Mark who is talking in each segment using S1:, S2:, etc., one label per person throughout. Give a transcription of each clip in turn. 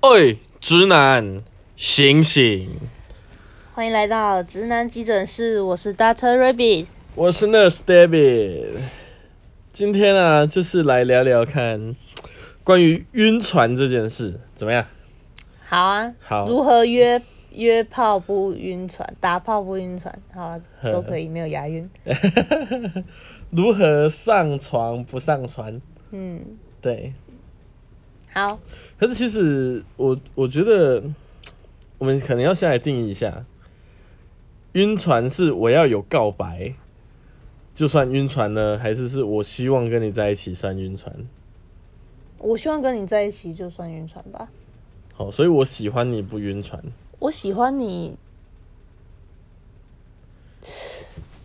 S1: 哎，直男，醒醒！
S2: 欢迎来到直男急诊室，我是 Doctor Rabbit。
S1: 我是 Nurse David，今天呢、啊，就是来聊聊看关于晕船这件事，怎么样？
S2: 好啊，
S1: 好，
S2: 如何约约炮不晕船，打炮不晕船？好啊，
S1: 呵
S2: 都可以，没有押韵。
S1: 如何上床不上船？
S2: 嗯，
S1: 对，
S2: 好，
S1: 可是其实我我觉得，我们可能要先来定义一下，晕船是我要有告白，就算晕船呢，还是是我希望跟你在一起算晕船？
S2: 我希望跟你在一起就算晕船吧。
S1: 好，所以我喜欢你不晕船。
S2: 我喜欢你。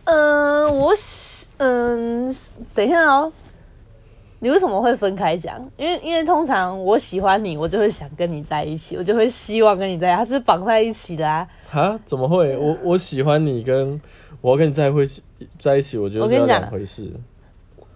S2: 嗯、我喜嗯、等一下哦。你为什么会分开讲？因为因为通常我喜欢你，我就会想跟你在一起，我就会希望跟你在一起，它是绑在一起的啊。
S1: 哈？怎么会？我我喜欢你跟，我要跟你在会在一起，我觉得
S2: 我
S1: 是
S2: 跟
S1: 要
S2: 你讲
S1: 两回事。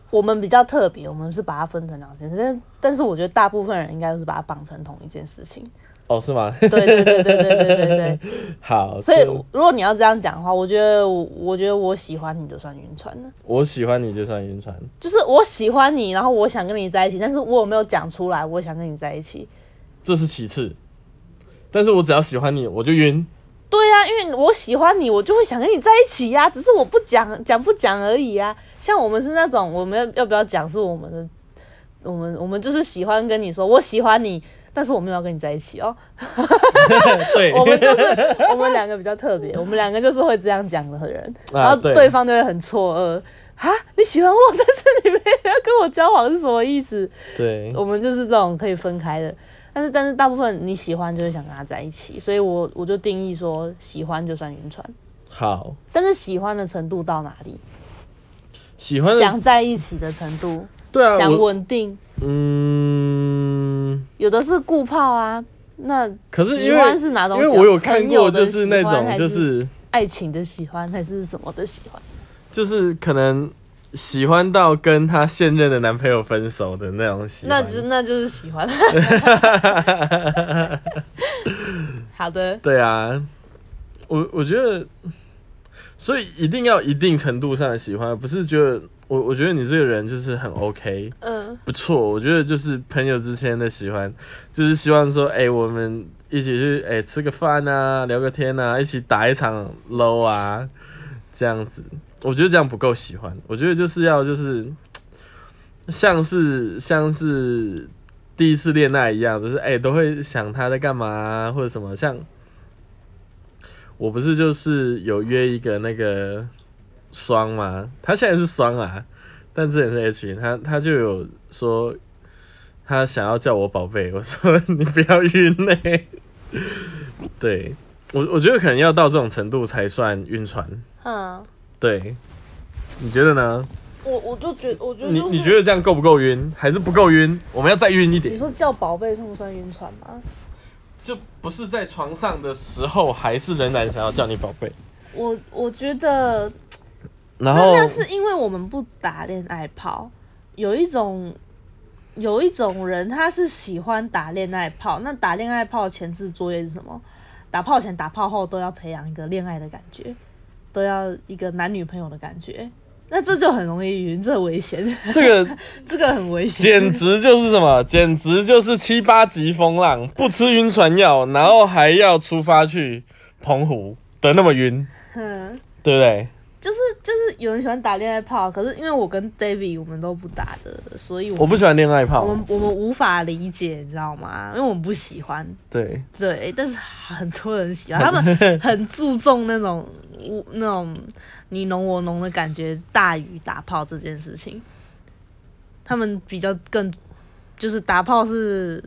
S2: 我们比较特别，我们是把它分成两件事，但但是我觉得大部分人应该都是把它绑成同一件事情。
S1: 哦，是吗？
S2: 对对对对对对对对。
S1: 好，
S2: 所以
S1: 就
S2: 如果你要这样讲的话，我觉得我我觉得我喜欢你就算晕船了。
S1: 我喜欢你就算晕船。
S2: 就是我喜欢你，然后我想跟你在一起，但是我有没有讲出来？我想跟你在一起。
S1: 这是其次，但是我只要喜欢你，我就晕。
S2: 对啊，因为我喜欢你，我就会想跟你在一起呀、只是我不讲，讲不讲而已啊。像我们是那种，我们要要不要讲是我们的，我们我们就是喜欢跟你说我喜欢你，但是我没有要跟你在一起哦。
S1: 对，
S2: 我们就是我们两个比较特别，我们两个就是会这样讲的人，
S1: 啊
S2: 然后
S1: 对
S2: 对方就会很错愕。啊，你喜欢我，但是你没有要跟我交往是什么意思？
S1: 对，
S2: 我们就是这种可以分开的。但是但是大部分你喜欢就会想跟他在一起，所以我我就定义说喜欢就算晕船，
S1: 好，
S2: 但是喜欢的程度到哪里？
S1: 喜欢的
S2: 想在一起的程度，
S1: 对啊，
S2: 想
S1: 我
S2: 稳定，
S1: 嗯，
S2: 有的是顾泡啊。那
S1: 可是
S2: 喜
S1: 因为
S2: 欢是哪
S1: 因
S2: 种喜
S1: 为
S2: 欢？
S1: 我有看
S2: 啊朋友
S1: 过，
S2: 的
S1: 就是那
S2: 喜欢
S1: 种
S2: 还
S1: 就是
S2: 爱情的喜欢，还是什么的喜欢？
S1: 就是可能喜欢到跟她现任的男朋友分手的那种喜欢。
S2: 那就那就是 喜欢。好的，
S1: 对啊，我我觉得，所以一定要一定程度上的喜欢，不是觉得我我觉得你这个人就是很 OK，
S2: 嗯，
S1: 不错。我觉得就是朋友之间的喜欢，就是希望说，哎、我们一起去哎、吃个饭啊，聊个天啊，一起打一场 low 啊，这样子。我觉得这样不够喜欢，我觉得就是哎要就是啊像是像是第一次恋爱一样，就是哎、都会想他在干嘛、啊、或者什么。像我不是就是有约一个那个双吗？他现在是双啊，但之前是 H，他他就有说他想要叫我宝贝， 我说你不要晕嘞、 对我我觉得可能要到这种程度才算晕船，
S2: 嗯，
S1: 对。你觉得呢？
S2: 我我就觉我就
S1: 你你觉得这样够不够晕？还是不够晕？我们要再晕一点
S2: 你。说叫宝贝算不算晕船吗？
S1: 就不是在床上的时候，还是仍然想要叫你宝贝。
S2: 我我觉得
S1: 然
S2: 那
S1: 后
S2: 那是因为我们不打恋爱炮，有一种有一种人他是喜欢打恋爱炮，那打恋爱炮的前置作业是什么？打炮前、打炮后都要培养一个恋爱的感觉，都要一个男女朋友的感觉，那这就很容易晕，这很危险，
S1: 这个
S2: 这个很危险。
S1: 简直就是什么？简直就是七八级风浪，不吃晕船药，然后还要出发去澎湖的那么晕，
S2: 嗯，
S1: 对不对？
S2: 就是就是有人喜欢打恋爱炮，可是因为我跟 David 我们都不打的，所以我
S1: 我不喜欢恋爱炮
S2: 我，们我们无法理解，你知道吗？因为我们不喜欢。
S1: 对，
S2: 对，但是很多人喜欢，他们很注重那种我那种你侬我侬的感觉，大于打炮这件事情。他们比较更就是打炮是，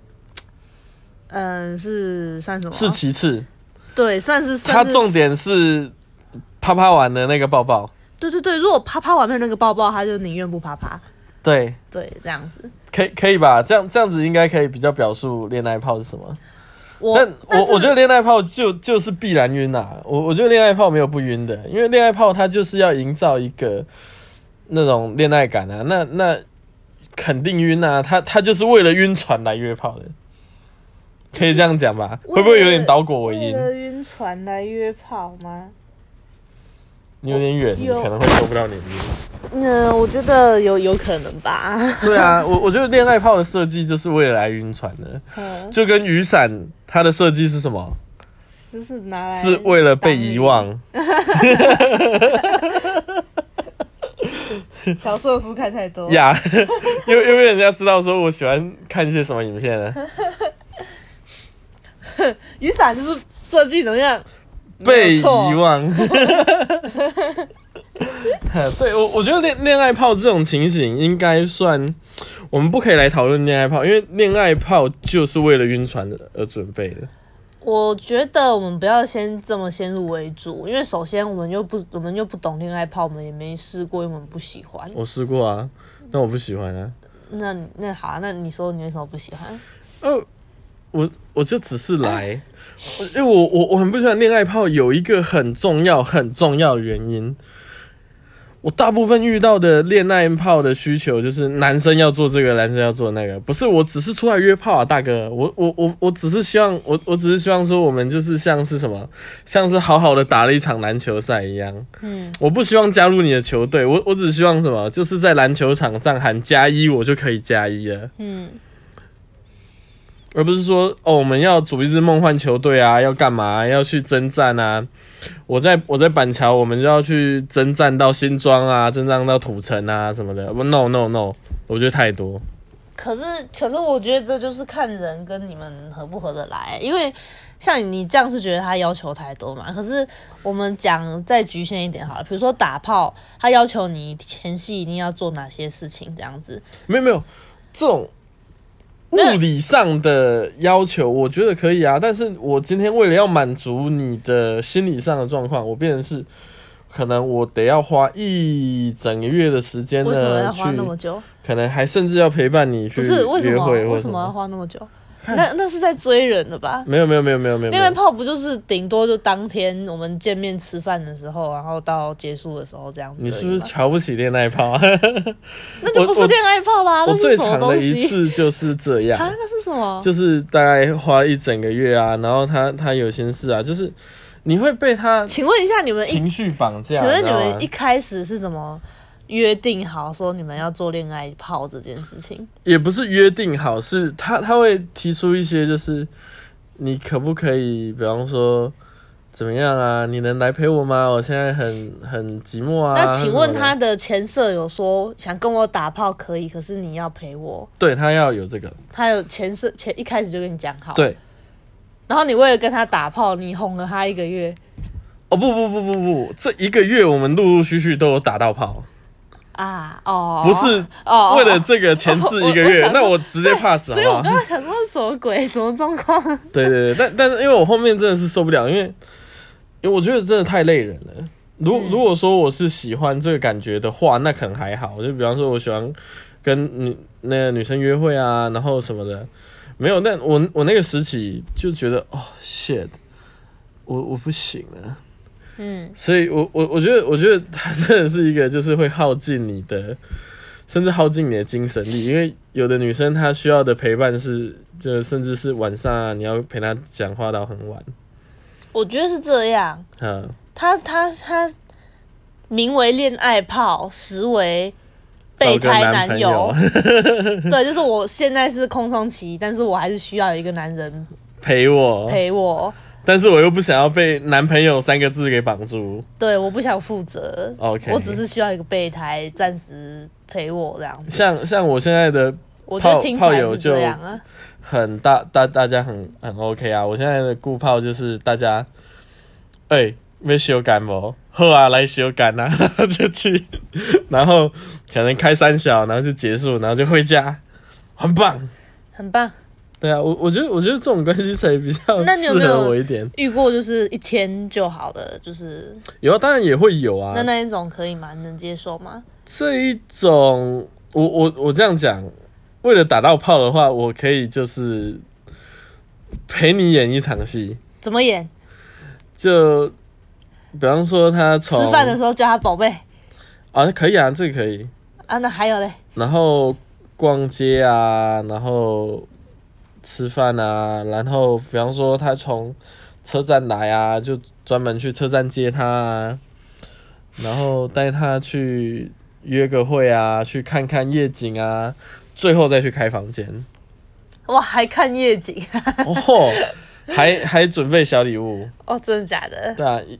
S2: 嗯、是算什么？
S1: 是其次，
S2: 对，算是
S1: 它
S2: 算是。
S1: 重点是啪啪完的那个抱抱，
S2: 对对对，如果啪啪完没有那个抱抱，他就宁愿不啪啪。
S1: 对，
S2: 对，这样子。
S1: 可以可以吧？这样这样子应该可以比较表述恋爱炮是什么。
S2: 我
S1: 但
S2: 但
S1: 我
S2: 是
S1: 我觉得恋爱炮就就是必然晕啊，我我觉得恋爱炮没有不晕的，因为恋爱炮它就是要营造一个那种恋爱感啊，那那肯定晕啊，他他就是为了晕船来约炮的，可以这样讲吧？
S2: 为
S1: 会不会有点倒果为
S2: 为
S1: 因？
S2: 了晕船来约炮吗？
S1: 你有点远，你
S2: 有
S1: 可能会收不到你的音。
S2: 嗯，我觉得有有可能吧。
S1: 对啊，我我觉得恋爱炮的设计就是为了来晕船的，
S2: 嗯
S1: 就跟雨伞它的设计是什么？
S2: 就是拿来
S1: 是为了被遗忘。
S2: 当。乔瑟夫看太 多。
S1: 呀，因为因为人家知道说我喜欢看一些什么影片 呢？
S2: 雨伞就是设计能让
S1: 被
S2: 没有错
S1: 遗忘。 对我，我觉得恋恋爱炮这种情形应该算，我们不可以来讨论恋爱炮，因为恋爱炮就是为了晕船而准备的。
S2: 我觉得我们不要先这么先入为主，因为首先我们又不我们又不懂恋爱炮，我们也没试过，因为我们不喜欢。
S1: 我试过啊，但我不喜欢啊。
S2: 那你那好啊、那你说你为什么不喜欢？
S1: 哦，我我就只是来，我因为我我我很不喜欢恋爱炮，有一个很重要很重要的原因。我大部分遇到的恋爱炮的需求就是男生要做这个，男生要做那个，不是我只是出来约炮啊，大哥，我我我我只是希望我我只是希望说我们就是像是什么，像是好好的打了一场篮球赛一样，
S2: 嗯，
S1: 我不希望加入你的球队，我我只希望什么，就是在篮球场上喊加一，我就可以加一了。
S2: 嗯，
S1: 而不是说哦，我们要组一支梦幻球队啊，要干嘛、要去征战啊！我在我在板桥，我们就要去征战到新庄啊，征战到土城啊什么的。不，no no no，我觉得太多。
S2: 可是可是我觉得这就是看人跟你们合不合得来，因为像你这样是觉得他要求太多嘛。可是我们讲再局限一点好了，比如说打炮，他要求你前戏一定要做哪些事情这样子，
S1: 没有没有，这种物
S2: 没有
S1: 理上的要求，我觉得可以啊。但是我今天为了要满足你的心理上的状况，我变成是可能我得要花一整个月的时间
S2: 为什么
S1: 呢，
S2: 要
S1: 去
S2: 花那么久？
S1: 可能还甚至要陪伴你去
S2: 不是为什
S1: 约
S2: 么
S1: 会或
S2: 为
S1: 什
S2: 什
S1: 么
S2: 么要花那么久？那那是在追人了吧？
S1: 没有没有没有没有没有，没
S2: 恋爱
S1: 有
S2: 炮不就是顶多就当天我们见面吃饭的时候，然后到结束的时候这样子而已
S1: 你
S2: 嘛？
S1: 是不是瞧不起恋爱炮啊？
S2: 那就不
S1: 我
S2: 是恋爱炮啦，
S1: 我
S2: 那
S1: 最
S2: 是什么
S1: 长的
S2: 东
S1: 一
S2: 西
S1: 次就是这样
S2: 啊？，那是什么？
S1: 就是大概花一整个月啊，然后他他有心事啊，就是你会被他
S2: 请问一下，你们一，
S1: 情绪绑架，
S2: 请问
S1: 知
S2: 你
S1: 道
S2: 们
S1: 吗
S2: 一开始是怎么约定好说你们要做恋爱炮这件事情？
S1: 也不是约定好，是他他会提出一些就是你可不可以，比方说。怎么样啊？你能来陪我吗？我现在很很寂寞啊。
S2: 那请问他
S1: 什么的，
S2: 的前设有说想跟我打炮可以，可是你要陪我，
S1: 对他要有这个，
S2: 他有前设前一开始就跟你讲好，
S1: 对，
S2: 然后你为了跟他打炮，你哄了他一个月
S1: 哦不不不不不，这一个月我们陆陆续续都有打到炮，
S2: 啊？哦，
S1: 不是
S2: 哦，
S1: 为了这个前置一个
S2: 我
S1: 月，
S2: 我想说
S1: 那我直接 pass 好
S2: 所以我
S1: 不
S2: 刚
S1: 好？
S2: 刚想说什么鬼，什么 状况？
S1: 对对对，但但是因为我后面真的是受不了，因为因为我觉得真的太累人了。如
S2: 嗯
S1: 如果说我是喜欢这个感觉的话，那可能还好。就比方说，我喜欢跟女那个女生约会啊，然后什么的，没有。但我我那个时期就觉得，哦，shit，我我不行了。
S2: 嗯，
S1: 所以我我我觉得，我觉得它真的是一个，就是会耗尽你的，甚至耗尽你的精神力。因为有的女生她需要的陪伴是，就甚至是晚上啊，你要陪她讲话到很晚。
S2: 我觉得是这样。
S1: 嗯，
S2: 他他他名为恋爱炮，实为备胎
S1: 男
S2: 男
S1: 友
S2: 友。 对，就是我现在是空窗期，但是我还是需要有一个男人
S1: 哦陪我，
S2: 陪我。
S1: 但是我又不想要被“男朋友”三个字给绑住。
S2: 对，我不想负责
S1: 哦 OK
S2: 我只是需要一个备胎，暂时陪我这样子。
S1: 像像我现在的
S2: 我觉得
S1: 炮
S2: 听起来
S1: 炮友
S2: 是
S1: 就
S2: 这样啊。
S1: 很大大大家很很 OK 啊，我现在的顾炮就是大家，哎、没修改不？后啊，来修改啊， 然后就去，然后可能开三小，然后就结束，然后就回家，很棒。
S2: 很棒，
S1: 对啊，我我觉得我觉得这种关系才比较
S2: 那你有没
S1: 适
S2: 有
S1: 合我一点。
S2: 遇过就是一天就好了，就是
S1: 有啊，当然也会有啊。
S2: 那那一种可以吗？你能接受吗？
S1: 这一种，我我我这样讲，为了打到炮的话，我可以就是陪你演一场戏，
S2: 怎么演？
S1: 就比方说他
S2: 吃
S1: 从
S2: 饭的时候叫他宝贝
S1: 啊，可以啊，这个可以。
S2: 啊，那还有嘞，
S1: 然后逛街啊，然后吃饭啊，然后比方说他从车站来啊，就专门去车站接他啊，然后带他去约个会啊，去看看夜景啊，最后再去开房 间。
S2: 哇，还看夜景
S1: 哦吼，还还准备小礼物，
S2: 哦，真的假的？
S1: 对啊，一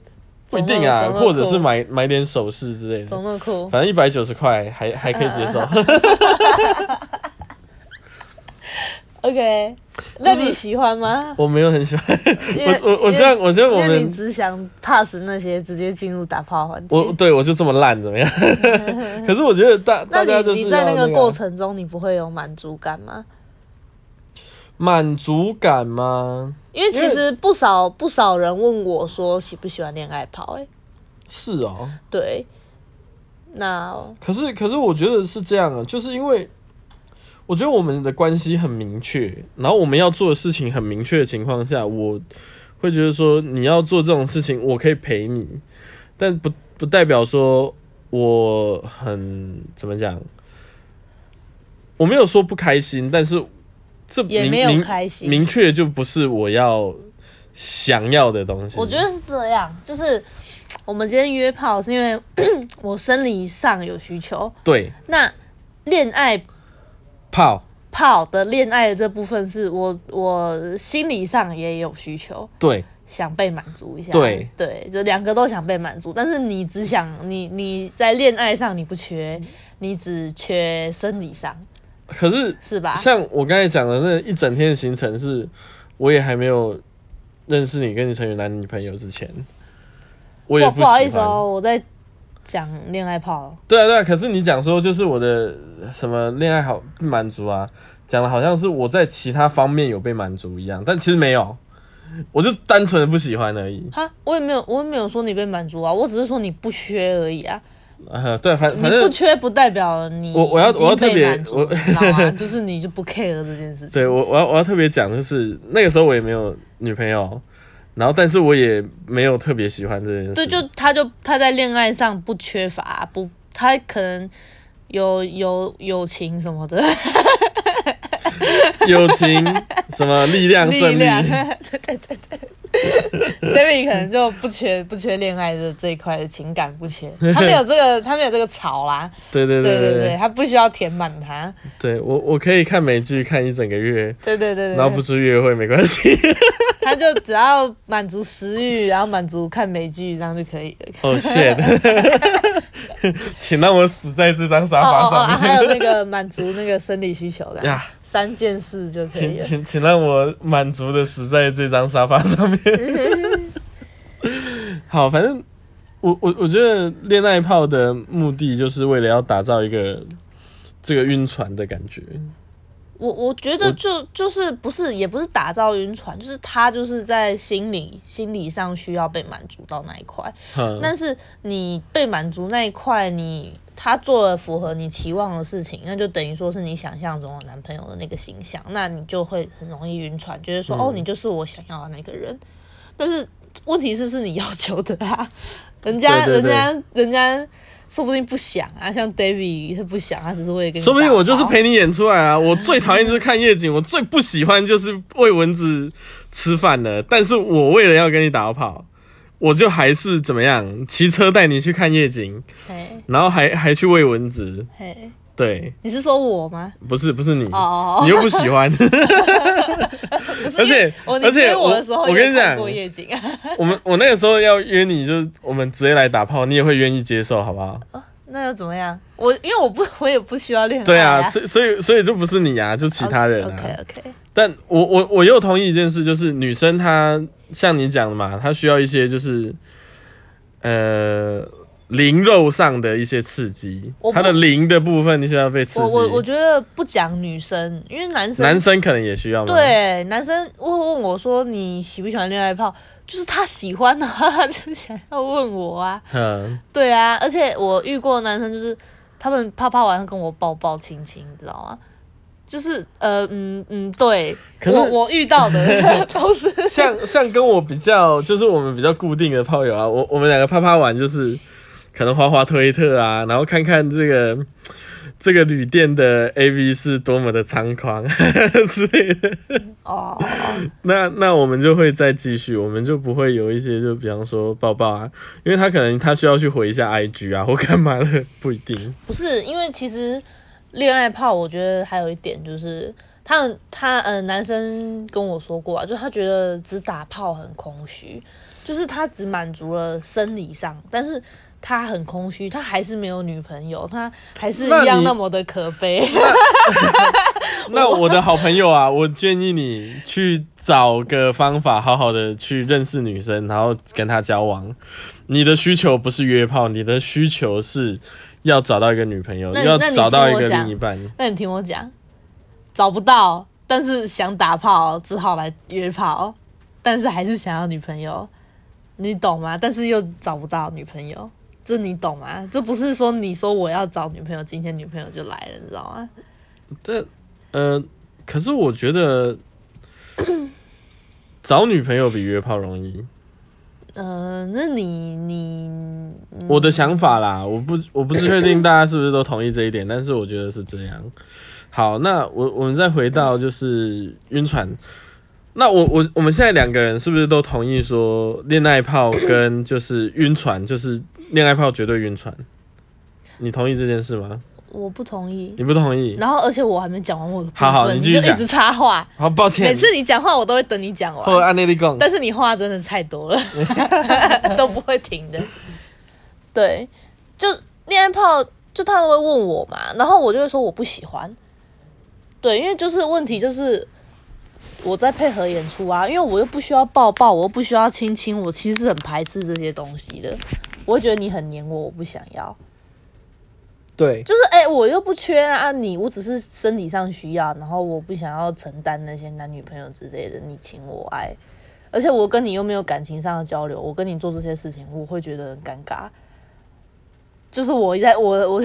S1: 不一定啊，
S2: 总共
S1: 或者是买买点首饰之类的，
S2: 总那么酷，
S1: 反正一百九十块还还可以接受。
S2: 嗯 OK，那你喜欢吗？
S1: 我没有很喜欢，
S2: 因
S1: 我
S2: 为
S1: 我我
S2: 因为
S1: 觉得我觉得 我
S2: 因为你
S1: 们
S2: 只想 pass 那些，直接进入打炮环节。
S1: 我对我就这么烂怎么样？可是我觉得大
S2: 嗯那
S1: 大家
S2: 你
S1: 就是
S2: 你在
S1: 要
S2: 那
S1: 那
S2: 个过
S1: 啊
S2: 程中，你不会有满足感吗？
S1: 满足感吗？
S2: 因为
S1: 因
S2: 其
S1: 为
S2: 实不少不少人问我说喜不喜欢恋爱泡、欸，
S1: 是哦，
S2: 对，那
S1: 可是可是我觉得是这样啊，就是因为我觉得我们的关系很明确，然后我们要做的事情很明确的情况下，我会觉得说你要做这种事情，我可以陪你，但不不代表说我很怎么讲，我没有说不开心，但是这
S2: 也
S1: 明
S2: 没有
S1: 明
S2: 开心
S1: 明确就不是我要想要的东西。
S2: 我觉得是这样，就是我们今天约炮是因为 我生理上有需求，
S1: 对
S2: 那恋爱
S1: 泡
S2: 泡的恋爱的这部分是我我心理上也有需求，
S1: 对
S2: 想被满足一下。
S1: 对
S2: 对，就两个都想被满足，但是你只想你你在恋爱上你不缺，你只缺生理上
S1: 可是
S2: 是吧？
S1: 像我刚才讲的那一整天的行程是，我也还没有认识你跟你成为男女朋友之前，我也
S2: 不不好
S1: 喜
S2: 意思
S1: 欢。
S2: 哦，我在讲恋爱泡，
S1: 对啊对啊，可是你讲说就是我的什么恋爱好不满足啊，讲的好像是我在其他方面有被满足一样，但其实没有，我就单纯的不喜欢而已。
S2: 哈，我也没有我也没有说你被满足啊，我只是说你不缺而已啊。
S1: 呃，对，反
S2: 你
S1: 反
S2: 不
S1: 正
S2: 缺不代表你
S1: 我我要
S2: 已经
S1: 我要特
S2: 被
S1: 别
S2: 满足
S1: 我
S2: 你知道吗？ 就是你就不 care 这件事情。
S1: 对我我要我要特别讲的是，那个时候我也没有女朋友，然后但是我也没有特别喜欢这件事。
S2: 对，就他就他在恋爱上不缺乏，不，他可能有有友情什么的
S1: 友情什么力 量胜
S2: 力
S1: 利。
S2: 量，对对对对，David 可能就不缺不缺恋爱的这一块的情感不 缺，他没有这个他没有这个槽啦，
S1: 对对
S2: 对
S1: 对
S2: 对对，
S1: 对，
S2: 他不需要填满它，
S1: 对我我可以看美剧看一整个月，
S2: 对对对
S1: 然后不
S2: 对，
S1: 是约会没关系。
S2: 他就只要满足食欲，然后满足看美剧这样就 可以了。
S1: 哦、shit，请让我死在这张沙
S2: 哦哦
S1: 发
S2: 哦，
S1: 上
S2: 啊
S1: 面
S2: 还有那个满足那个生理需求 的，
S1: 呀！
S2: 三件事就可以
S1: 请
S2: 了。
S1: 请请让我满足的死在这张沙发上 面。好，反正我我我觉得恋爱炮的目的就是为了要打造一个这个晕船的感觉。
S2: 我我觉
S1: 我
S2: 得就就是不是也不是打造晕船，就是他就是在心理心理上需要被满足到那一块，
S1: 嗯，
S2: 但是你被满足那一块，你他做了符合你期望的事情，那就等于说是你想象中的男朋友的那个形象，那你就会很容易晕船，觉得
S1: 嗯
S2: 说、哦你就是我想要的那个人，但是问题是是你要求的 啊，人家
S1: 对对对
S2: 人家人家说不定不想啊，像 David 他不想，他只是为了跟你
S1: 说不定
S2: 打
S1: 我就是
S2: 炮
S1: 陪你演出来啊！我最讨厌就是看夜景，我最不喜欢就是喂蚊子吃饭了。但是我为了要跟你打炮，我就还是怎么样，骑车带你去看夜景，
S2: 嘿
S1: 然后还还去喂蚊子。
S2: 嘿。
S1: 对，
S2: 你是说我吗？
S1: 不是不是 你，
S2: 哦
S1: 你又不喜 欢。
S2: 不是
S1: 而且
S2: 因为我你
S1: 而且
S2: 追我
S1: 我
S2: 的时候，
S1: 我跟你讲
S2: 过夜景啊，
S1: 我们我那个时候要约你，就是我们直接来打炮，你也会愿意接受，好不
S2: 哦
S1: 好？
S2: 那又怎么样？我因为我不我也不需要恋爱、
S1: 对啊，
S2: 啊，
S1: 所以所以所以就不是你啊，就其他人啊。
S2: OK OK，
S1: 但我我我又同意一件事，就是女生她像你讲的嘛，她需要一些就是呃灵肉上的一些刺激
S2: 我，不
S1: 她的灵的部分你需要被刺
S2: 我我我
S1: 激。
S2: 觉得不讲女生，因为男生
S1: 男生可能也需要吗？，
S2: 对男生会问我说你喜不喜欢恋爱泡，就是他喜欢的话， 他就想要问我啊。
S1: 嗯，
S2: 对啊，而且我遇过的男生就是他们啪啪完跟我抱抱亲亲，你知道吗？就是呃嗯嗯，对，
S1: 可是
S2: 我我遇到 的都是
S1: 像像跟我比较，就是我们比较固定的炮友啊，我我们两个啪啪玩就是可能滑滑推特啊，然后看看这个这个旅店的 A V 是多么的猖狂之类的。
S2: 哦，
S1: 那那我们就会再继续，我们就不会有一些就比方说抱抱啊，因为他可能他需要去回一下 IG 啊或干嘛的，不一定。
S2: 不是，因为其实恋爱炮，我觉得还有一点就是，他们他呃，男生跟我说过啊，就他觉得只打炮很空虚，就是他只满足了生理上，但是他很空虚，他还是没有女朋友，他还是
S1: 那
S2: 一样
S1: 你
S2: 那么的可悲。
S1: 那我的好朋友啊，我建议你去找个方法，好好的去认识女生，然后跟她交往。你的需求不是约炮，你的需求是要找到一个女朋友，
S2: 那
S1: 要
S2: 那你
S1: 找到
S2: 听
S1: 一
S2: 我
S1: 个
S2: 讲
S1: 另一半。
S2: 那你听我讲，找不到，但是想打炮，只好来约炮，但是还是想要女朋友，你懂吗？但是又找不到女朋友，这你懂吗？这不是说你说我要找女朋友，今天女朋友就来了，你知道吗？
S1: 这，呃，可是我觉 得找女朋友比约炮容易。
S2: 嗯、那你你
S1: 我的想法啦，我不我不是确定大家是不是都同意这一点，但是我觉得是这样。好，那我我们再回到就是晕船。那我我我们现在两个人是不是都同意说恋爱炮跟就是晕船，就是恋爱炮绝对晕船？你同意这件事吗？
S2: 我不同意。
S1: 你不同意？
S2: 然后，而且我还没讲完我的部
S1: 好
S2: 分，
S1: 好你
S2: 你
S1: 继续
S2: 就一
S1: 讲
S2: 直插话。
S1: 好，抱
S2: 每
S1: 歉，
S2: 次你讲话，我都会等你讲完。
S1: 后来按内力讲。
S2: 但是你话真的太多了， 都不会停的。对，就恋爱炮，就他们会问我嘛，然后我就会说我不喜欢。对，因为就是问题就是我在配合演出啊，因为我又不需要抱抱，我又不需要亲亲，我其实很排斥这些东西的。我会觉得你很黏我，我不想要。
S1: 对，
S2: 就是哎、我又不缺啊，你我只是生理上需要，然后我不想要承担那些男女朋友之类的，你情我爱，而且我跟你又没有感情上的交流，我跟你做这些事情，我会觉得很尴尬。就是我在 我我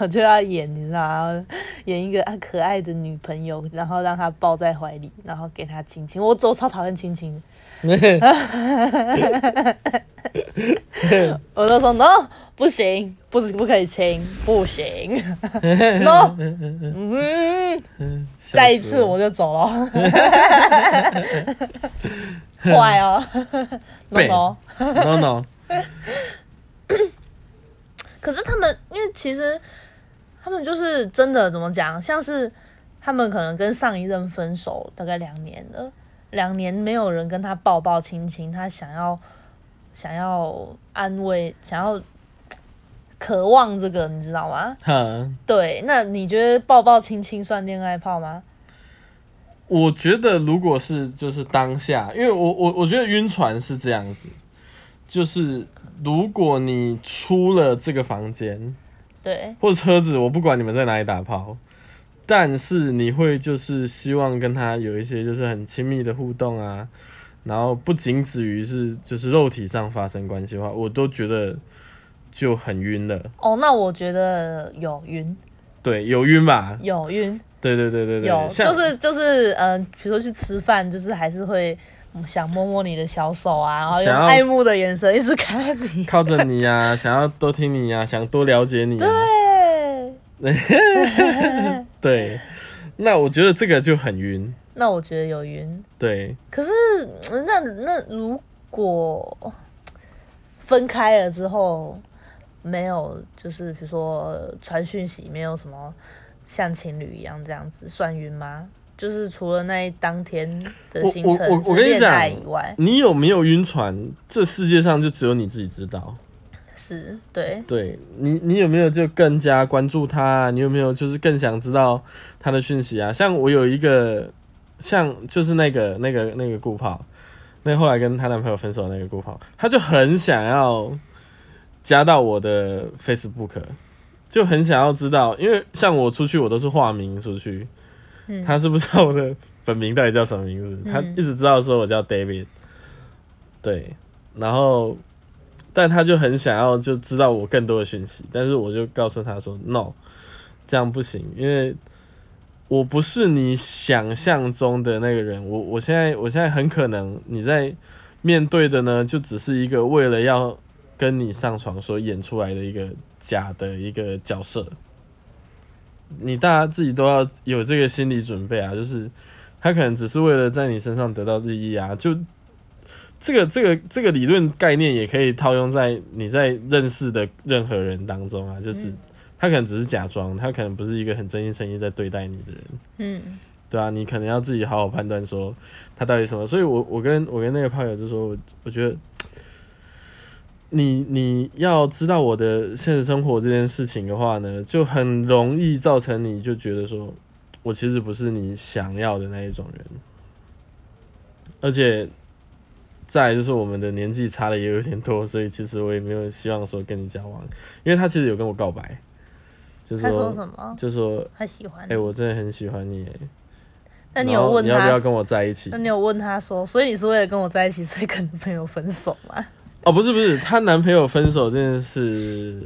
S2: 我就要演，你知道吗？演一个啊可爱的女朋友，然后让她抱在怀里，然后给她亲亲。我我超讨厌亲亲的，我就说 no，不行，不不可以亲，不行 ，no，嗯，再一次我就走 了，坏哦，no
S1: 对
S2: no。
S1: no no，
S2: 可是他们，因为其实他们就是真的怎么讲，像是他们可能跟上一任分手大概两年了，两年没有人跟他抱抱亲亲，他想要想要安慰，想要渴望这个，你知道吗？
S1: 哈，
S2: 对，那你觉得抱抱亲亲算恋爱泡吗？
S1: 我觉得如果是就是当下，因为我我我觉得晕船是这样子，就是如果你出了这个房间
S2: 对，
S1: 或者车子，我不管你们在哪里打炮，但是你会就是希望跟他有一些就是很亲密的互动啊，然后不仅止于是就是肉体上发生关系的话，我都觉得就很晕了。
S2: 哦，那我觉得有晕，
S1: 对，有晕吧？
S2: 有晕，
S1: 对对对对对，
S2: 有，
S1: 像
S2: 就是就是，嗯、比如说去吃饭，就是还是会嗯想摸摸你的小手啊，然后用
S1: 想要
S2: 爱慕的眼神一直看你。
S1: 靠着你呀、想要多听你呀、想多了解你、啊。
S2: 对，
S1: 对，那我觉得这个就很晕。
S2: 那我觉得有晕。
S1: 对，
S2: 可是嗯那那如果分开了之后，没有就是比如说传讯息，没有什么像情侣一样这样子，算晕吗？就是除了那一当天的
S1: 我
S2: 行
S1: 我我
S2: 程
S1: 我
S2: 是
S1: 跟你
S2: 恋爱
S1: 讲
S2: 以外，
S1: 你有没有晕船？这世界上就只有你自己知道。
S2: 是对。
S1: 对你，你有没有就更加关注他、啊？你有没有就是更想知道他的讯息啊？像我有一个，像就是那个那个那个顾炮，那后来跟她男朋友分手的那个顾炮，她就很想要加到我的 Facebook，就很想要知道，因为像我出去我都是化名出去，
S2: 嗯
S1: 她是不知道我的本名到底叫什么名字，她
S2: 嗯
S1: 一直知道说我叫 David，对，然后。但他就很想要就知道我更多的讯息，但是我就告诉他说 no，这样不行，因为我不是你想象中的那个人，我我现在我现在很可能你在面对的呢，就只是一个为了要跟你上床所演出来的一个假的一个角色，你大家自己都要有这个心理准备啊，就是他可能只是为了在你身上得到利益啊，就这个这个这个理论概念也可以套用在你在认识的任何人当中啊，就是
S2: 嗯
S1: 他可能只是假装，他可能不是一个很真心诚意在对待你的人。
S2: 嗯
S1: 对啊，你可能要自己好好判断说他到底什么。所以我我跟我跟那个炮友就说，我我觉得你你要知道我的现实生活这件事情的话呢，就很容易造成你就觉得说我其实不是你想要的那一种人，而且。再来就是我们的年纪差的也有点多，所以其实我也没有希望说跟你交往，因为他其实有跟我告白，就
S2: 他说
S1: 说
S2: 什么？
S1: 就说
S2: 他喜欢
S1: 哎、
S2: 你？
S1: 我真的很喜欢你耶，
S2: 那你
S1: 然
S2: 有
S1: 后
S2: 问
S1: 你
S2: 他？嗯
S1: 要不要跟我在一起
S2: 那？你有问他说，所以你是为了跟我在一起，所以跟男朋友分手吗？
S1: 哦，不是不是，她男朋友分手这件事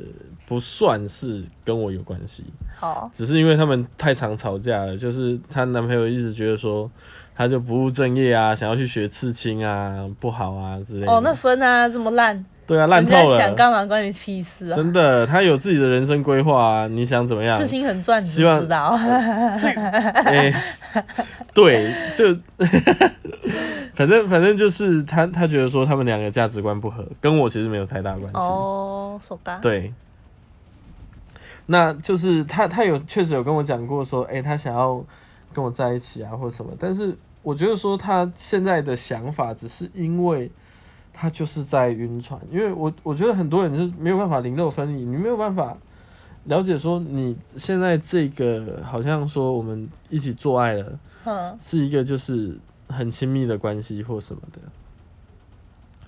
S1: 不算是跟我有关系，
S2: 好，
S1: 只是因为他们太常吵架了，就是她男朋友一直觉得说她就不务正业啊，想要去学刺青啊，不好啊之类的。
S2: 哦，那分啊这么烂，
S1: 对啊，烂
S2: 人
S1: 透
S2: 家想
S1: 了，
S2: 干嘛关你屁事啊？
S1: 真的，她有自己的人生规划啊，你想怎么样
S2: 事？情很赚，你
S1: 希望
S2: 知道？
S1: 哎、对，就 反正反正就是她她觉得说他们两个价值观不合，跟我其实没有太大关系。
S2: 哦，手吧。
S1: 对，那就是他，他有确实有跟我讲过说，哎、他想要跟我在一起啊，或什么。但是我觉得说他现在的想法，只是因为他就是在晕船，因为我我觉得很多人就是没有办法零肉分离，你没有办法了解说你现在这个好像说我们一起做爱了，
S2: 嗯，
S1: 是一个就是很亲密的关系或什么的，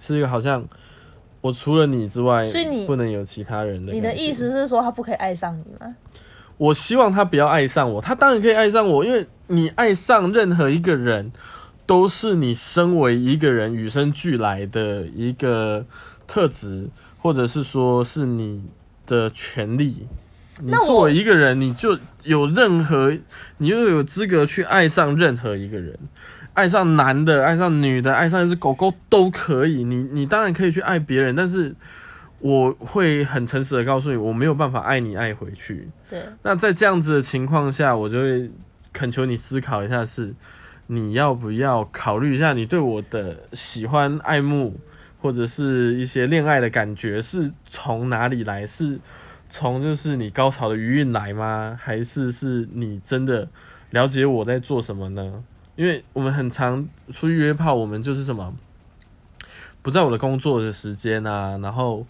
S1: 是一个好像。我除了你之外，
S2: 所以你
S1: 不能有其他人的。
S2: 你的意思，是说他不可以爱上你吗？
S1: 我希望他不要爱上我，他当然可以爱上我，因为你爱上任何一个人，都是你身为一个人与生俱来的一个特质，或者是说是你的权利。你
S2: 那我
S1: 作为一个人，你就有任何，你就有资格去爱上任何一个人，爱上男的，爱上女的，爱上一只狗狗都可以。你你当然可以去爱别人，但是我会很诚实的告诉你，我没有办法爱你爱回去。
S2: 对，
S1: 那在这样子的情况下，我就会恳求你思考一下是，你要不要考虑一下你对我的喜欢、爱慕，或者是一些恋爱的感觉是从哪里来？是从就是你高潮的余韵来吗？还是是你真的了解我在做什么呢？因为我们很常出去约炮，我们就是什么不在我的工作的时间啊，然后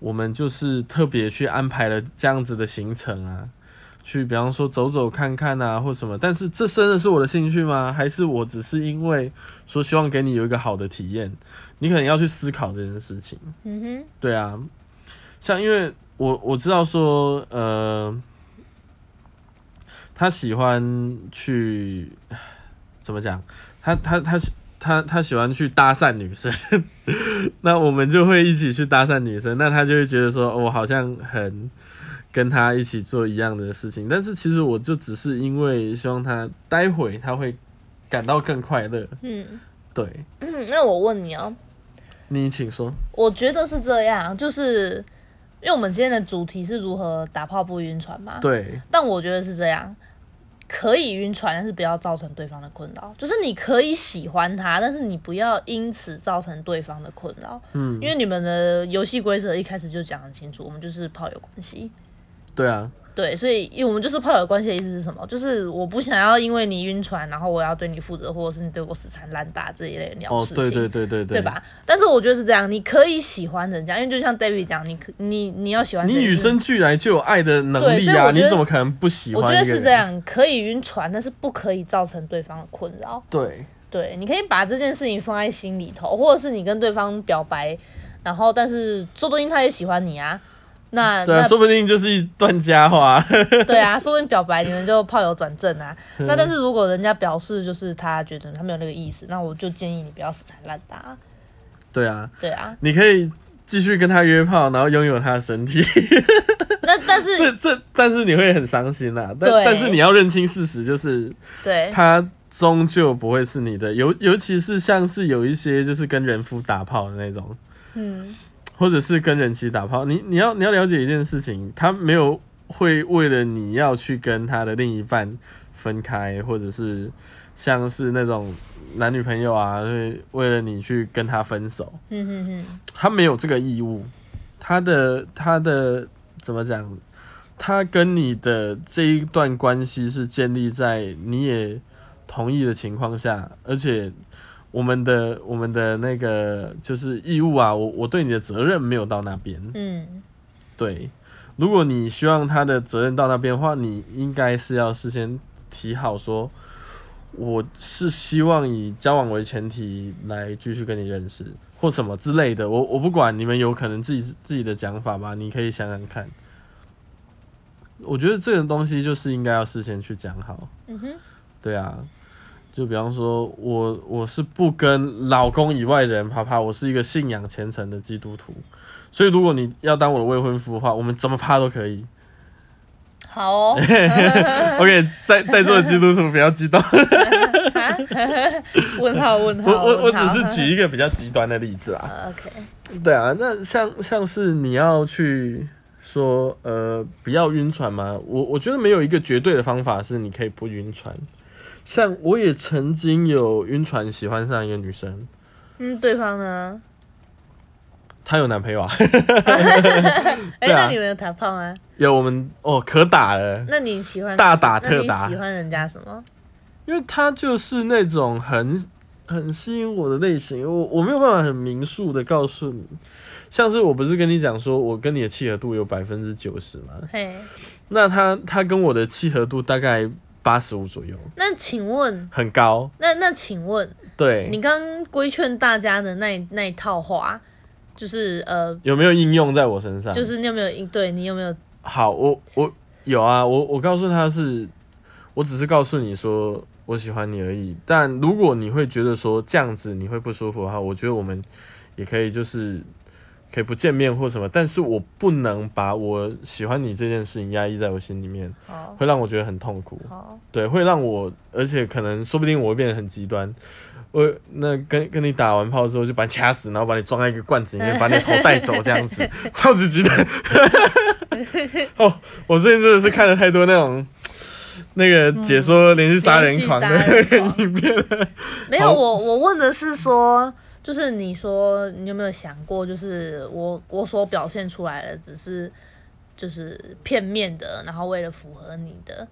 S1: 我们就是特别去安排了这样子的行程啊，去比方说走走看看啊或什么。但是这真的是我的兴趣吗？还是我只是因为说希望给你有一个好的体验？你可能要去思考这件事情。
S2: 嗯
S1: 对啊，像因为我我知道说，呃，他喜欢去怎么讲？他他他他他喜欢去搭讪女生， 那我们就会一起去搭讪女生，那他就会觉得说，哦我、好像很。跟他一起做一样的事情，但是其实我就只是因为希望他待会他会感到更快乐。
S2: 哼，嗯
S1: 对
S2: 嗯，那我问你哦，
S1: 你，请说。
S2: 我觉得是这样，就是因为我们今天的主题是如何打炮不晕船嘛。
S1: 对，
S2: 但我觉得是这样，可以晕船，但是不要造成对方的困扰。就是你可以喜欢他，但是你不要因此造成对方的困扰，
S1: 嗯
S2: 因，为你们的游戏规则一开始就讲很清楚，我们就是炮友关系。
S1: 对啊，
S2: 对，所以因为我们就是炮友关系的意思是什么？就是我不想要因为你晕船，然后我要对你负责，或者是你对我死缠烂打这一类的鸟
S1: 哦
S2: 事，情。
S1: 对对对对对，
S2: 对吧？但是我觉得是这样，你可以喜欢人家，因为就像 David 讲，你可你你要喜欢
S1: 你
S2: 谁
S1: 与
S2: 是
S1: 生俱来就有爱的能
S2: 对
S1: 力
S2: 所以
S1: 啊，
S2: 我觉
S1: 你
S2: 得
S1: 怎么可能不喜
S2: 我
S1: 欢？
S2: 觉得是这。样，可以晕船，但是不可以造成对方的困扰。
S1: 对，
S2: 对，你可以把这件事情放在心里头，或者是你跟对方表白，然后但是说不定他也喜欢你啊。那
S1: 对啊，
S2: 那
S1: 说不定就是一段佳 话。
S2: 对啊，说不定表白你们就炮友转 正啊。那但是如果人家表示就是他觉得他没有那个意思，那我就建议你不要死缠烂打。
S1: 对啊，
S2: 对 啊，
S1: 你可以继续跟他约炮，然后拥有他的身体。
S2: 那但是
S1: 这这，但是你会很伤心啊。但
S2: 对
S1: 但是你要认清事实，就是
S2: 对
S1: 他终究不会是你的。尤尤其是像是有一些就是跟人夫打炮的那种，
S2: 嗯
S1: 或者是跟人妻打炮，你你要你要了解一件事情，他没有会为了你要去跟他的另一半分开，或者是像是那种男女朋友啊，会为了你去跟他分手，
S2: 嗯哼哼，
S1: 他没有这个义务，他的他的怎么讲？他跟你的这一段关系是建立在你也同意的情况下，而且我们的我们的那个就是义务啊，我我对你的责任没有到那边。
S2: 嗯，
S1: 对，如果你希望他的责任到那边的话，你应该是要事先提好说，我是希望以交往为前提来继续跟你认识，或什么之类的。我我不管你们有可能自己自己的讲法吧，你可以想想看。我觉得这个东西就是应该要事先去讲好，
S2: 嗯哼，
S1: 对啊。就比方说，我我是不跟老公以外的人啪啪，我是一个信仰虔诚的基督徒，所以如果你要当我的未婚夫的话，我们怎么啪都可以。
S2: 好哦，
S1: OK，在在座的基督徒不要激动，
S2: 哈问号问
S1: 我
S2: 号，
S1: 我我
S2: 问
S1: 只
S2: 号
S1: 是举一个比较极端的例子啊。
S2: 呃，OK，
S1: 对啊，那像像是你要去说呃不要晕船嘛，我我觉得没有一个绝对的方法是你可以不晕船。像我也曾经有晕船喜欢上一个女生，
S2: 嗯，对方呢？
S1: 她有男朋友啊，
S2: 哎，
S1: 对啊
S2: 那你们有打炮吗？
S1: 有我们哦可打了，
S2: 那你喜欢
S1: 大打
S2: 那
S1: 特
S2: 你
S1: 打
S2: 喜。欢人家什么？
S1: 因为他就是那种很很吸引我的类型，我我没有办法很明述的告诉你，像是我不是跟你讲说我跟你的契合度有百分之九十吗？
S2: 嘿，
S1: 那他他跟我的契合度大概八十五左右，
S2: 那请问，
S1: 很高，
S2: 那那请问，你
S1: 对，
S2: 刚规劝大家的那一那一套话，就是呃，
S1: 有没有应用在我身上？
S2: 就是你有没有应对？你有没有？
S1: 好，我我有啊，我我告诉他是，我只是告诉你说我喜欢你而已。但如果你会觉得说这样子你会不舒服的话，我觉得我们也可以就是可以不见面或什么，但是我不能把我喜欢你这件事情压抑在我心里面，
S2: 好，
S1: 会让我觉得很痛苦。
S2: 好，
S1: 对，会让我，而且可能说不定我会变得很极端。我那跟跟你打完炮之后就把你掐死，然后把你装在一个罐子里面，把你的头带走，这样子，超级极 端。哦，我最近真的是看了太多那种那个解说嗯连续杀人狂的
S2: 连续杀人狂
S1: 影片了。
S2: 没有，
S1: 好
S2: 我我问的是说，就是你说你有没有想过，就是我我所表现出来的只是就是片面的，然后为了符合你的，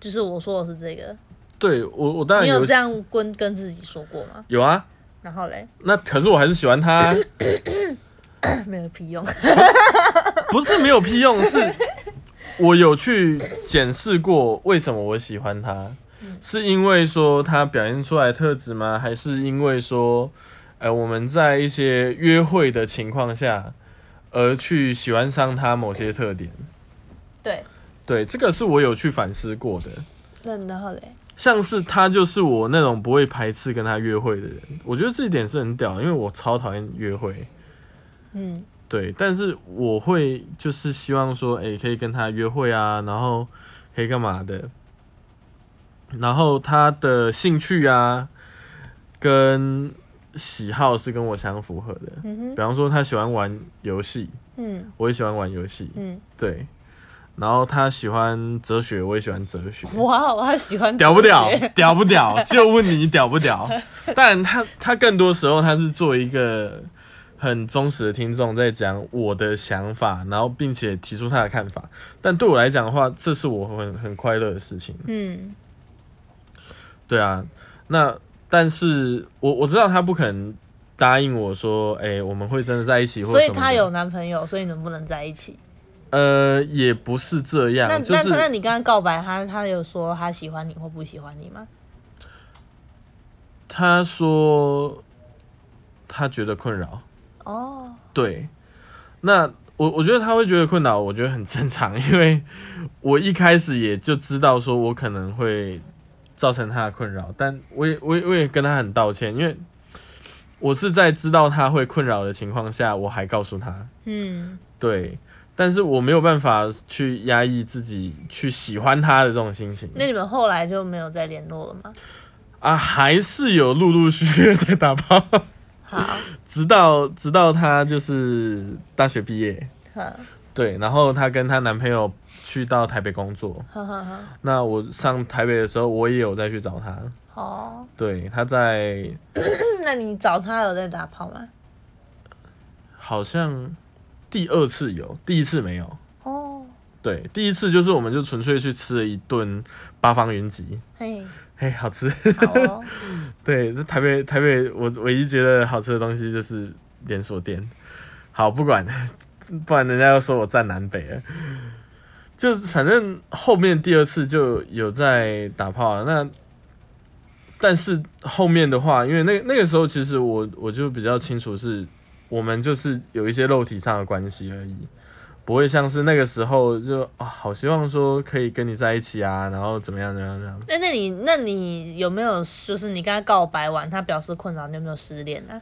S2: 就是我说的是这个，
S1: 对我，我当
S2: 你
S1: 然有
S2: 有这样跟跟自己说过吗？
S1: 有啊，
S2: 然后嘞，
S1: 那可是我还是喜欢他 啊、
S2: 没有屁用，
S1: 不是没有屁用，是我有去检视过为什么我喜欢他，是因为说他表现出来的特质吗？还是因为说，呃，我们在一些约会的情况下，而去喜欢上他某些特点？
S2: 对，
S1: 对，这个是我有去反思过的。
S2: 那然后嘞，
S1: 像是他就是我那种不会排斥跟他约会的人，我觉得这一点是很屌的，因为我超讨厌约会。
S2: 嗯。
S1: 对，但是我会就是希望说，诶，可以跟他约会啊，然后可以干嘛的，然后他的兴趣啊跟喜好是跟我相符合的。
S2: 嗯
S1: 比方说，他喜欢玩游戏，
S2: 哼，嗯
S1: 我也喜欢玩游戏，
S2: 嗯，
S1: 对。然后他喜欢哲学，我也喜欢哲学，
S2: 嗯哇，我还喜欢
S1: 屌不 屌
S2: 哲学？
S1: 屌不屌？就问你屌不屌？但他他更多时候他是做一个很忠实的听众，在讲我的想法，然后并且提出他的看法。但对我来讲的话，这是我很很快乐的事情。
S2: 嗯
S1: 对啊，那但是我我知道他不肯答应我说，哎、我们会真的在一起，或
S2: 所以
S1: 什么的
S2: 她有男朋友，所以你们不能在一起。
S1: 呃，也不是这
S2: 那
S1: 样，啊就
S2: 那
S1: 是
S2: 那你刚刚告白他，他有说他喜欢你或不喜欢你吗？
S1: 他说他觉得困扰。
S2: 哦，
S1: 对，那我我觉得他会觉得困扰，我觉得很正常，因为我一开始也就知道说我可能会造成他的困扰，但我也我也我也跟他很道歉，因为我是在知道他会困扰的情况下，我还告诉他，
S2: 嗯
S1: 对，但是我没有办法去压抑自己去喜欢他的这种心情
S2: 那你们后来就没有再联络了 吗？
S1: 啊，还是有陆陆续续地在打炮，
S2: 好，
S1: 直到直到他就是大学毕业，
S2: 好，
S1: 对，然后她跟她男朋友去到台北工作。
S2: 呵呵呵，
S1: 那我上台北的时候，我也有再去找他。
S2: 哦，
S1: 对，他在
S2: 那你找他有在打炮吗？
S1: 好像第二次有，第一次没有。
S2: 哦，
S1: 对，第一次就是我们就纯粹去吃了一顿八方云集，
S2: 嘿，
S1: 嘿，好吃。
S2: 好哦，
S1: 对，这台北台北，我唯一觉得好吃的东西就是连锁店。好，不管， 不然人家又说我站南北了。就反正后面第二次就有在打炮了。那但是后面的话，因为那那个时候其实我我就比较清楚是，我们就是有一些肉体上的关系而已，不会像是那个时候就啊，好希望说可以跟你在一起啊，然后怎么样怎么样怎么样。
S2: 那那你那你有没有就是你跟他告白完，他表示困扰，你有没有失恋呢、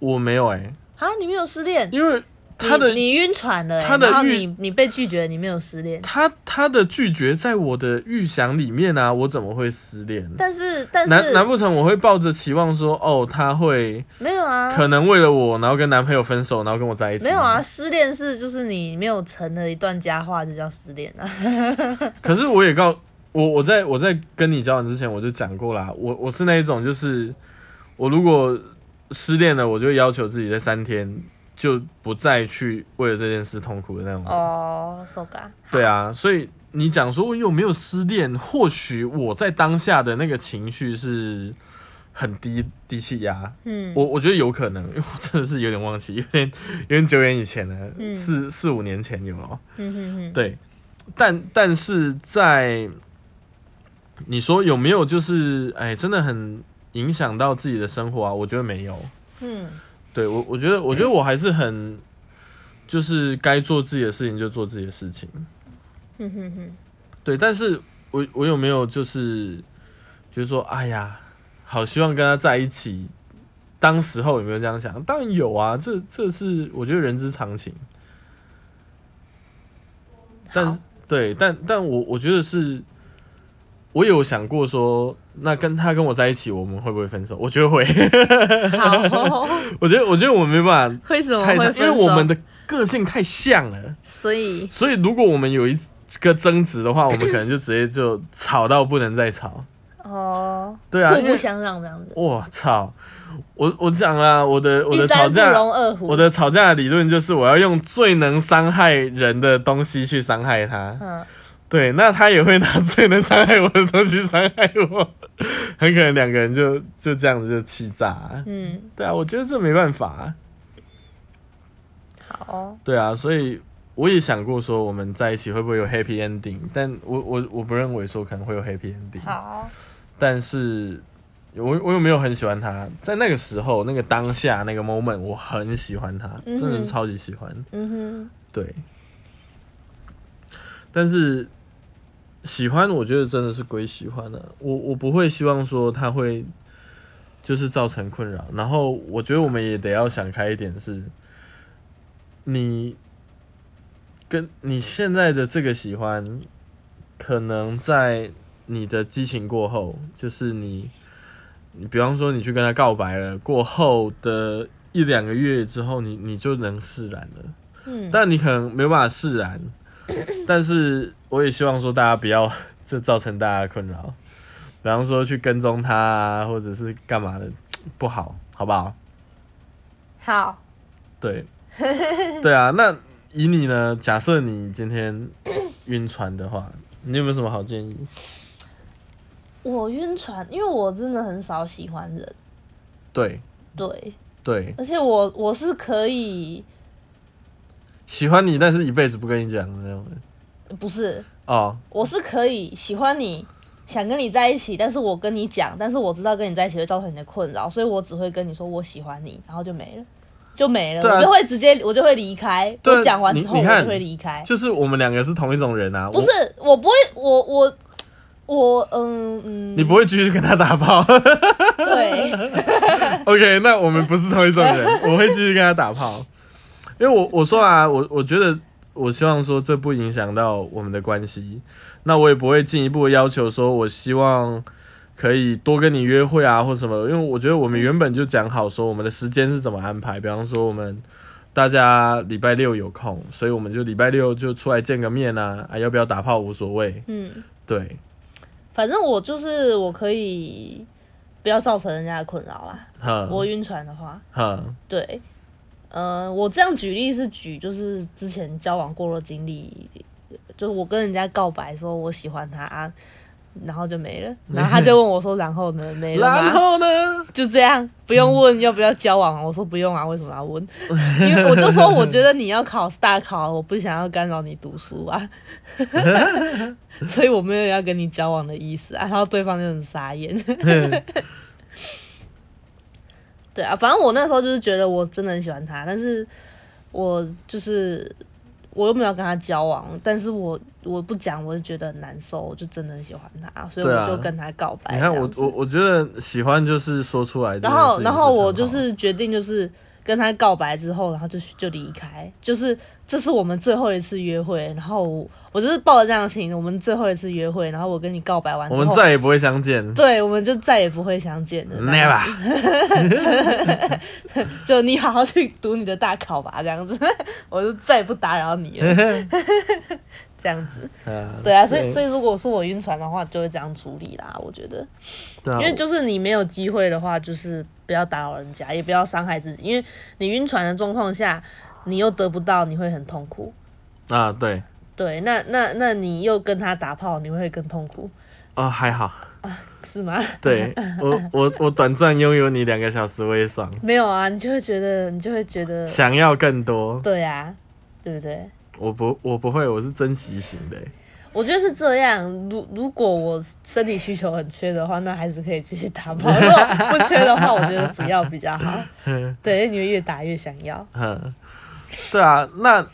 S1: 我没有哎、
S2: 啊？啊，你没有失恋，
S1: 因为他的
S2: 你你晕船了、欸，
S1: 他的
S2: 然后
S1: 欲
S2: 你你被拒绝，你没有失恋，
S1: 他他的拒绝在我的预想里面啊，我怎么会失恋？
S2: 但是但
S1: 难
S2: 是
S1: 难不成我会抱着期望说，哦，他会
S2: 没有啊，
S1: 可能为了我，然后跟男朋友分手，然后跟我在一起？
S2: 没有啊，。失恋是就是你没有成了一段佳话就叫失恋啊。
S1: 可是我也告我我在我在跟你交往之前我就讲过啦，我我是那一种就是我如果失恋了，我就要求自己在三天就不再去为了这件事痛苦的那种人。
S2: 哦，手感
S1: 对啊，所以你讲说我有没有失恋，或许我在当下的那个情绪是很低低气压，
S2: 嗯，
S1: 我我觉得有可能，因为我真的是有点忘记，有点有点久远以前了，
S2: 嗯
S1: 四四五年前有哦。
S2: 嗯哼哼，
S1: 对，但但是在你说有没有就是哎，真的很影响到自己的生活啊？我觉得没有，
S2: 嗯，
S1: 对我我觉得我觉得我还是很就是该做自己的事情就做自己的事情。
S2: 哼哼哼，
S1: 对，但是我我有没有就是觉得说，哎呀，好希望跟他在一起？当时候有没有这样想？当然有啊，这这是我觉得人之常情。但是
S2: 好
S1: 对，但但我我觉得是，我有想过说，那跟他跟我在一起，我们会不会分手？我觉得会，
S2: 好，
S1: 我觉得我觉得我们没办
S2: 为什么
S1: 法
S2: 会
S1: 猜
S2: 分
S1: 想，
S2: 手？
S1: 因为我们的个性太像了。
S2: 所以
S1: 所以如果我们有一个争执的话，我们可能就直接就吵到不能再吵。
S2: 哦，
S1: 对啊，
S2: 互
S1: 因
S2: 不
S1: 为
S2: 相让这样子，
S1: 我操，我我讲啦，我的我
S2: 一
S1: 的吵
S2: 山不
S1: 架，
S2: 容二虎，
S1: 我的吵架的理论就是我要用最能伤害人的东西去伤害他。
S2: 嗯，
S1: 对，那他也会拿最能伤害我的东西伤害我， 很可能两个人就就这样子就气炸啊、
S2: 嗯，
S1: 对啊，我觉得这没办法啊、
S2: 好哦，
S1: 对啊，所以我也想过说我们在一起会不会有 happy ending，但我我我不认为说可能会有 happy ending，
S2: 好，
S1: 但是我我有没有很喜欢他？在那个时候，那个当下那个 moment，我很喜欢他，
S2: 嗯哼
S1: 真的是超级喜欢。
S2: 嗯
S1: 对，但是喜欢我觉得真的是归喜欢了、我我不会希望说他会就是造成困扰，然后我觉得我们也得要想开一点是，你跟你现在的这个喜欢，可能在你的激情过后，就是你。你比方说，你去跟他告白了，过后的一两个月之后你，你就能释然了。
S2: 哼，嗯，
S1: 但你可能没有办法释 然，但是我也希望说大家不要 这造成大家的困扰，比方说去跟踪他啊，或者是干嘛的，不好，好不好？
S2: 好，
S1: 对，对啊。那以你呢？假设你今 天晕船的话，你有没有什么好建议？
S2: 我晕船，因为我真的很少喜欢人，
S1: 对
S2: 对，
S1: 对，
S2: 而且我我是可以，
S1: 喜欢你，但是一辈子不跟你讲的那种人。
S2: 不是，
S1: 哦，
S2: 我是可以喜欢你，想跟你在一起，但是我跟你讲，但是我知道跟你在一起会造成你的困扰，所以我只会跟你说我喜欢你，然后就没了，就没了，
S1: 对啊
S2: 我就会直接我就会离开。
S1: 对啊
S2: 我讲完之后
S1: 你
S2: 我
S1: 你看
S2: 就会离开。
S1: 就是我们两个是同一种人啊。
S2: 哎不
S1: 我
S2: 是，，我不会，我我我嗯嗯，
S1: 你不会继续跟他打炮。
S2: 对，
S1: OK，那我们不是同一种人，我会继续跟他打炮，因为我我说啊，我我觉得我希望说这不影响到我们的关系，那我也不会进一步要求说我希望可以多跟你约会啊或什么，因为我觉得我们原本就讲好说我们的时间是怎么安排，比方说我们大家礼拜六有空，所以我们就礼拜六就出来见个面啊，啊要不要打炮无所谓，
S2: 嗯，
S1: 对，
S2: 反正我就是我可以不要造成人家的困扰啦。
S1: 哈
S2: 我晕船的话，
S1: 哈，
S2: 对，呃，我这样举例是举就是之前交往过的经历，就是我跟人家告白说我喜欢他啊，然后就没了，然后他就问我说然后呢没了
S1: 然
S2: 吗？
S1: 后呢？
S2: 就这样，不用问要不要 交往啊？我说不用啊，为什么要问？因为我就说我觉得你要考大考，我不想要干扰你读 书啊，所以我没有要跟你交往的意思啊。然后对方就很 傻眼。对啊，反正我那时候就是觉得我真的很喜欢他，但是我就是我又没有跟他交往，但是我我不讲，我就觉得很难受，我就真的很喜欢他，所以
S1: 对
S2: 我
S1: 啊
S2: 就跟他告白。
S1: 你看
S2: 这
S1: 我
S2: 样子
S1: 我我觉得喜欢就是说出来这件
S2: 然
S1: 事情
S2: 后
S1: 是很好，
S2: 然后我就是决定就是跟他告白之后，然后就就离开，就是这是我们最后一次约会。然后我我就是抱着这样的心情，我们最后一次约会，然后我跟你告白完之
S1: 我
S2: 后，
S1: 们再也不会相见
S2: 对，我们就再也不会相见了。
S1: ，never。
S2: 就你好好去读你的大考吧，这样子，我就再也不打扰 你了，这样子。 对啊，所以所以如果说我晕船的话，就会这样处理啦，我觉得。
S1: 对啊，
S2: 因为就是你没有机会的话，就是不要打扰人家，也不要伤害自己，因为你晕船的状况下，你又得不到，你会很痛苦。
S1: 啊对
S2: 对，那那那你又跟他打炮，你会更痛苦，
S1: 哦还好，
S2: 是吗？
S1: 对我我我短暂拥有你两个小时我也爽，
S2: 没有啊，你就会觉得，你就会觉得，
S1: 想要更多，
S2: 对啊，对不对？
S1: 我不我不会，我是珍惜型的欸，
S2: 我觉得是这样。如如果我身体需求很缺的话，那还是可以继续打炮；如果不缺的话，我觉得不要比较好。对，因为你会越打越想要。
S1: 嗯，对啊，那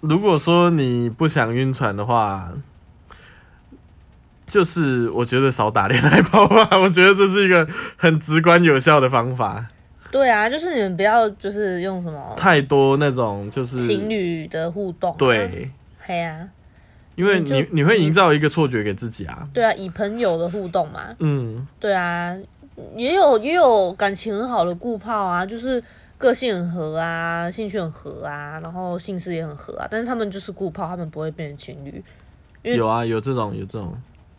S1: 如果说你不想晕船的话。就是我觉得少打恋 爱炮吧，我觉得这是一个很直观有效的方法。
S2: 对啊，就是你们不要就是用什么
S1: 太多那种就是
S2: 情侣的互动、啊。，
S1: 对，
S2: 嘿啊呀、
S1: 因为
S2: 嗯就
S1: 你你会营造一个错觉给自己啊
S2: 啊，。对啊，以朋友的互动嘛，
S1: 嗯，
S2: 对啊，也有也有感情很好的固炮啊，就是个性很合啊，兴趣很合啊，然后性事也很合啊，但是他们就是固炮，他们不会变成情侣，因为
S1: 有啊，有这种有这种，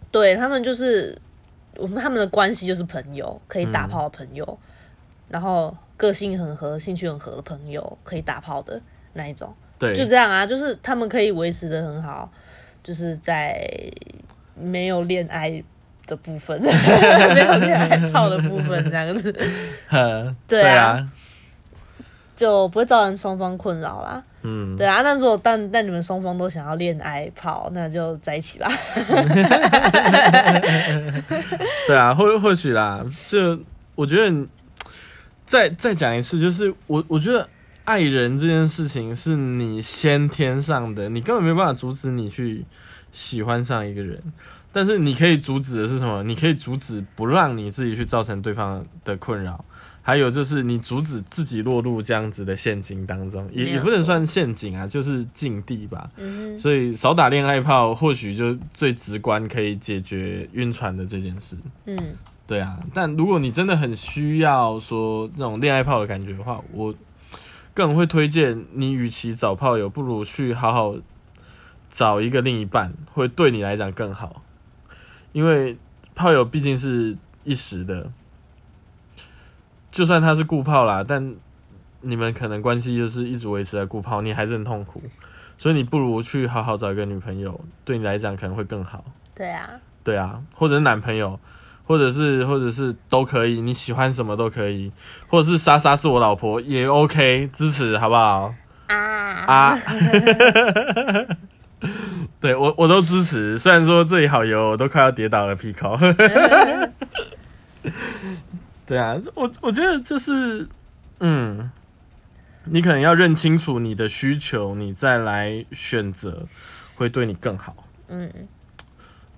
S2: 对他们就是我们他们的关系就是朋友，可以打炮的朋友，
S1: 嗯
S2: 然后个性很合、兴趣很合的朋友，可以打炮的那一种。 就
S1: 对
S2: 这样啊，就是他们可以维持的很好，就是在没有恋爱的部分， 没有恋爱泡的部分，这样子
S1: 呵
S2: 对啊
S1: 对啊，
S2: 就不会造成双方困扰啦。
S1: 嗯，
S2: 对啊，那如果但但你们双方都想要恋爱泡，那就在一起吧。
S1: 对啊，或或许啦，就我觉得你再再讲一次，就是我我觉得爱人这件事情是你先天上的，你根本没办法阻止你去喜欢上一个人。但是你可以阻止的是什么？你可以阻止不让你自己去造成对方的困扰，还有就是你阻止自己落入这样子的陷阱当中，也
S2: 没有
S1: 也不能算陷阱啊，就是境地吧。
S2: 嗯哼，
S1: 所以少打恋爱炮，或许就最直观可以解决晕船的这件事。
S2: 嗯，
S1: 对啊，但如果你真的很需要说那种恋爱炮的感觉的话，我个人会推荐你，与其找炮友，不如去好好找一个另一半，会对你来讲更好。因为炮友毕竟是一时的，就算他是固炮啦，但你们可能关系就是一直维持在固炮，你还是很痛苦，所以你不如去好好找一个女朋友，对你来讲可能会更好。
S2: 对啊，
S1: 对啊，或者是男朋友，或者是或者是都可以，你喜欢什么都可以，或者是莎莎是我老婆也 OK，支持好不好？
S2: 啊，
S1: 啊， 对我我都支持，虽然说这里好油，我都快要跌倒了屁口。 对啊，我我觉得就是，嗯，你可能要认清楚你的需求，你再来选择，会对你更好。
S2: 嗯，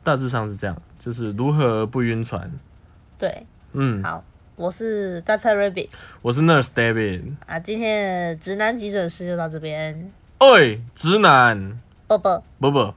S1: 大致上是这样，就是如何不晕船。
S2: 对，
S1: 嗯，
S2: 好，我是大菜 Rabbit
S1: 我是 Nurse David。
S2: 啊，今天的直男急诊室就到这边，
S1: 哎，直男，
S2: 啵啵。
S1: 不不。